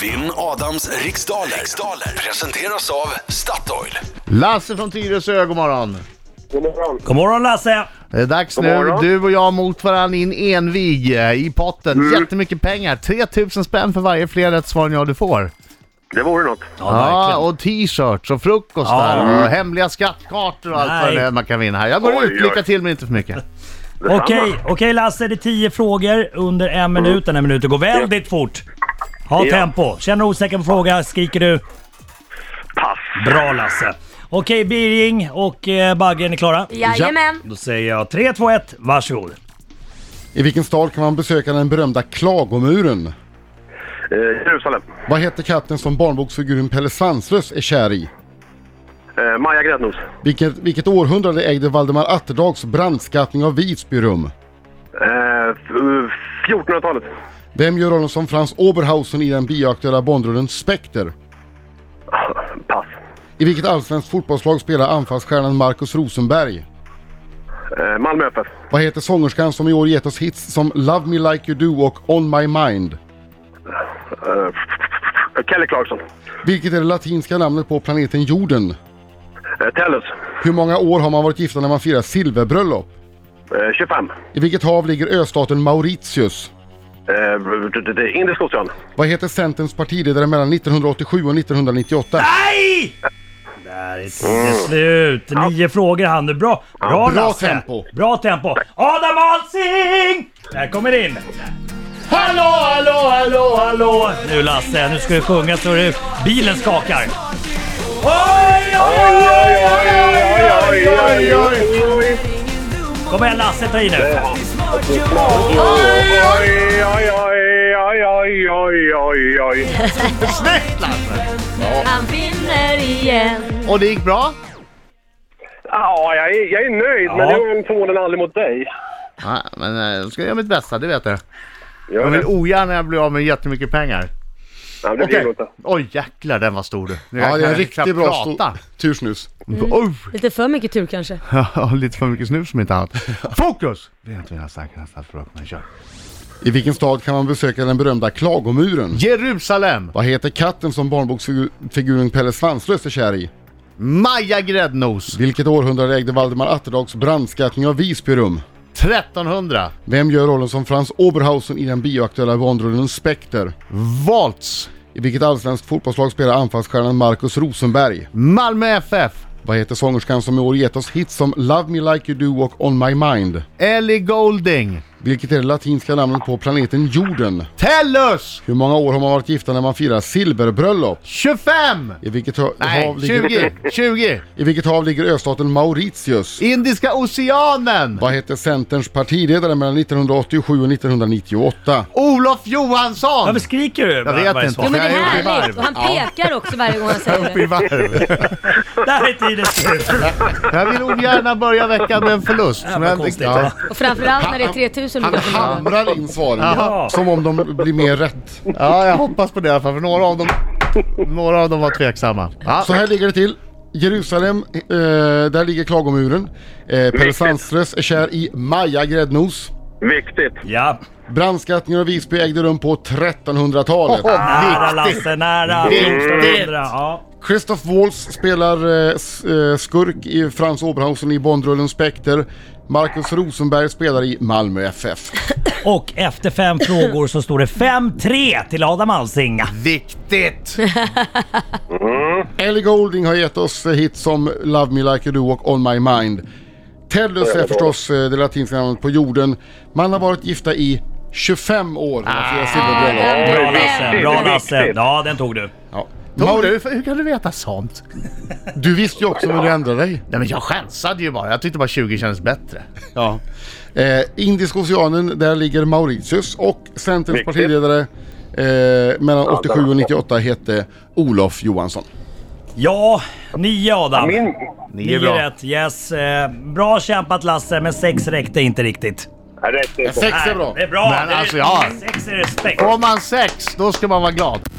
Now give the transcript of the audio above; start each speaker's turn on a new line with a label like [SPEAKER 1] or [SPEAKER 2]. [SPEAKER 1] Vinn Adams riksdaler. riksdaler presenteras av Statoil.
[SPEAKER 2] Lasse från Tyresö, god morgon.
[SPEAKER 3] God morgon.
[SPEAKER 4] God morgon Lasse!
[SPEAKER 2] Det är dags
[SPEAKER 3] God
[SPEAKER 2] nu.
[SPEAKER 3] morgon.
[SPEAKER 2] Du och jag mot varandra i en envig eh, i potten.
[SPEAKER 3] Mm.
[SPEAKER 2] Jättemycket pengar. 3000 spänn för varje fler rätt svar än jag du får.
[SPEAKER 3] Det vore något.
[SPEAKER 4] Ja,
[SPEAKER 2] Ja,
[SPEAKER 4] verkligen.
[SPEAKER 2] och t-shirts och frukost
[SPEAKER 4] Ja.
[SPEAKER 2] där och hemliga skattkartor och allt
[SPEAKER 4] Nej.
[SPEAKER 2] vad det är man kan vinna här. Jag går
[SPEAKER 3] Oj,
[SPEAKER 2] ut.
[SPEAKER 3] oj.
[SPEAKER 2] Lycka till men inte för mycket.
[SPEAKER 3] Detsamma.
[SPEAKER 4] Okej, okej Lasse, det är tio frågor under en minut. Den här minuten går väldigt fort. Ha
[SPEAKER 3] Ja.
[SPEAKER 4] tempo. Känner du osäker på fråga skriker du.
[SPEAKER 3] Pass.
[SPEAKER 4] Bra Lasse. Okej, Birging och eh, Baggen är klara.
[SPEAKER 5] Jajamän.
[SPEAKER 4] Då säger jag 3, 2, 1, varsågod.
[SPEAKER 6] I vilken stad kan man besöka den berömda klagomuren?
[SPEAKER 3] Eh, Jerusalem.
[SPEAKER 6] Vad heter katten som barnboksfiguren Pelle Svanslös är kär i?
[SPEAKER 3] Eh, Maja Gräddnos.
[SPEAKER 6] Vilket, vilket århundrade ägde Valdemar Atterdags brandskattning av Visby rum?
[SPEAKER 3] Eh, f- eh, 1400-talet.
[SPEAKER 6] Vem gör rollen som Frans Oberhausen i den bioaktuella Bondrullen Spectre?
[SPEAKER 3] Pass.
[SPEAKER 6] I vilket allsvenskt fotbollslag spelar anfallsstjärnan Marcus Rosenberg?
[SPEAKER 3] Eh, Malmö FF.
[SPEAKER 6] Vad heter sångerskan som i år gett oss hits som Love Me Like You Do och On My Mind?
[SPEAKER 3] Eh, f- f- f- Kelly Clarkson.
[SPEAKER 6] Vilket är det latinska namnet på planeten jorden?
[SPEAKER 3] Eh, Tellus.
[SPEAKER 6] Hur många år har man varit gifta när man firar silverbröllop?
[SPEAKER 3] Eh, 25.
[SPEAKER 6] I vilket hav ligger östaten Mauritius?
[SPEAKER 3] Eh, d- d- d- Indisk ocean.
[SPEAKER 6] Vad heter Centerns partiledare mellan 1987 och 1998?
[SPEAKER 2] Ah!
[SPEAKER 4] Nej! Där
[SPEAKER 2] Mm.
[SPEAKER 4] är tiden slut. Nio frågor hann du. Bra, bra,
[SPEAKER 6] bra
[SPEAKER 4] Lasse.
[SPEAKER 6] tempo.
[SPEAKER 4] Bra tempo. Adam Alsing! Där kommer det in. Hallå, hallå, hallå, hallå! Nu Lasse, nu ska du sjunga så du bilen skakar. Oj, oj, oj, oj, oj, oj, oj, oj. Kom igen Lasse, ta i nu.
[SPEAKER 3] Oj, oj, oj, oj, oj, oj, oj, oj.
[SPEAKER 2] Snyggt Lasse!
[SPEAKER 5] Han vinner igen.
[SPEAKER 2] Och det gick bra?
[SPEAKER 3] Ja, jag är, jag är nöjd, men
[SPEAKER 4] Ja.
[SPEAKER 3] det är förmodligen aldrig mot dig.
[SPEAKER 2] Nej, men eh, jag ska göra mitt bästa, det vet du.
[SPEAKER 3] Gör
[SPEAKER 2] Jag
[SPEAKER 3] det.
[SPEAKER 2] vill ogärna jag blir av med jättemycket pengar.
[SPEAKER 3] Nej, det blir nog inte.
[SPEAKER 2] Oj jäklar, den var stor du. Nu
[SPEAKER 6] Ja,
[SPEAKER 2] kan
[SPEAKER 6] det är en
[SPEAKER 2] jag knappt
[SPEAKER 6] riktigt bra
[SPEAKER 2] prata.
[SPEAKER 6] sto- tursnus.
[SPEAKER 2] Oj.
[SPEAKER 7] Mm. Lite för mycket tur kanske.
[SPEAKER 2] Ja, lite för mycket snus som inte annat. Fokus! Vet vi när säkert nästan för upp, men kör.
[SPEAKER 6] I vilken stad kan man besöka den berömda klagomuren?
[SPEAKER 2] Jerusalem!
[SPEAKER 6] Vad heter katten som barnboksfiguren Pelle Svanslös är kär i?
[SPEAKER 2] Maja Gräddnos!
[SPEAKER 6] Vilket århundrade ägde Valdemar Atterdags brandskattning av Visby rum?
[SPEAKER 2] 1300!
[SPEAKER 6] Vem gör rollen som Frans Oberhausen i den bioaktuella Bondrullen Spectre?
[SPEAKER 2] Volts!
[SPEAKER 6] I vilket allsvenskt fotbollslag spelar anfallsstjärnan Marcus Rosenberg?
[SPEAKER 2] Malmö FF!
[SPEAKER 6] Vad heter sångerskan som i år gett oss hits som Love Me Like You Do och On My Mind?
[SPEAKER 2] Ellie Golding!
[SPEAKER 6] Vilket är det latinska namnet på planeten jorden?
[SPEAKER 2] Tellus!
[SPEAKER 6] Hur många år har man varit gifta när man firar silverbröllop?
[SPEAKER 2] 25!
[SPEAKER 6] I vilket, ha-
[SPEAKER 2] Nej,
[SPEAKER 6] hav ligger,
[SPEAKER 2] 20! 20!
[SPEAKER 6] I vilket hav ligger östaten Mauritius?
[SPEAKER 2] Indiska Oceanen!
[SPEAKER 6] Vad hette Centerns partiledare mellan 1987 och 1998?
[SPEAKER 2] Olof Johansson!
[SPEAKER 4] Varför skriker du?
[SPEAKER 2] Jag vet inte.
[SPEAKER 4] Varje
[SPEAKER 7] Jo men det är
[SPEAKER 2] Jag är uppe i varv.
[SPEAKER 7] härligt. Och han pekar också varje gång han säger det.
[SPEAKER 4] svar. Där är tiden slut.
[SPEAKER 2] Jag vill ogärna börja veckan med en förlust.
[SPEAKER 4] Jävla
[SPEAKER 2] men-
[SPEAKER 4] konstigt,
[SPEAKER 2] ja.
[SPEAKER 4] va?
[SPEAKER 7] Och framförallt när det är 3000
[SPEAKER 6] Han
[SPEAKER 7] olika frågor.
[SPEAKER 6] hamrar in svaren
[SPEAKER 4] Ja.
[SPEAKER 6] som om de blir mer rätt.
[SPEAKER 2] ja, jag hoppas på det i alla fall, för några av dem, några av dem var tveksamma. Ja.
[SPEAKER 6] Så här ligger det till. Jerusalem, eh, där ligger klagomuren. Eh, Pelle
[SPEAKER 3] Viktigt.
[SPEAKER 6] Sandströs är kär i Maja Gräddnos.
[SPEAKER 3] Viktigt.
[SPEAKER 4] Ja,
[SPEAKER 6] Brandskattningen av Visby ägde rum på 1300-talet.
[SPEAKER 4] nära Lasse, nära.
[SPEAKER 2] Viktigt.
[SPEAKER 4] 1400, Ja.
[SPEAKER 6] Christoph Waltz spelar eh, s- eh, skurk i Frans Oberhausen i Bondrullen Spectre. Marcus Rosenberg spelar i Malmö FF.
[SPEAKER 4] Och efter fem frågor så står det 5-3 till Adam Alsing.
[SPEAKER 2] Viktigt!
[SPEAKER 6] Ellie Goulding har gett oss eh, hits som Love Me Like You Do och On My Mind. Tellus är förstås eh, det latinska namnet på jorden. Man har varit gifta i 25 år. när man firar silverbröllop.
[SPEAKER 4] Bra Lasse,
[SPEAKER 3] Viktigt,
[SPEAKER 4] bra
[SPEAKER 3] viktigt.
[SPEAKER 4] Lasse. Ja, den tog du.
[SPEAKER 6] Ja.
[SPEAKER 2] Mauri,
[SPEAKER 6] Mauri,
[SPEAKER 2] hur, hur kan du veta sånt?
[SPEAKER 6] du visste ju också när du ändrade dig.
[SPEAKER 2] Nej men jag chansade ju bara. Jag tyckte bara 20 kändes bättre.
[SPEAKER 6] Ja. Eh, Indiska oceanen, där ligger Mauritius och Centerns
[SPEAKER 3] Viktigt.
[SPEAKER 6] partiledare eh, mellan
[SPEAKER 3] Ja,
[SPEAKER 6] 87 och 98 hette Olof Johansson.
[SPEAKER 4] Ja, 9 Adam.
[SPEAKER 3] Min...
[SPEAKER 2] Ni
[SPEAKER 4] Nio
[SPEAKER 2] är bra.
[SPEAKER 4] rätt, yes. Eh, Bra kämpat Lasse, men sex räckte inte riktigt.
[SPEAKER 3] Nej, det är inte.
[SPEAKER 6] Sex är bra.
[SPEAKER 4] Det är bra!
[SPEAKER 2] Men
[SPEAKER 4] det är,
[SPEAKER 2] alltså, ja.
[SPEAKER 4] Sex är respekt.
[SPEAKER 2] Får man sex, då ska man vara glad.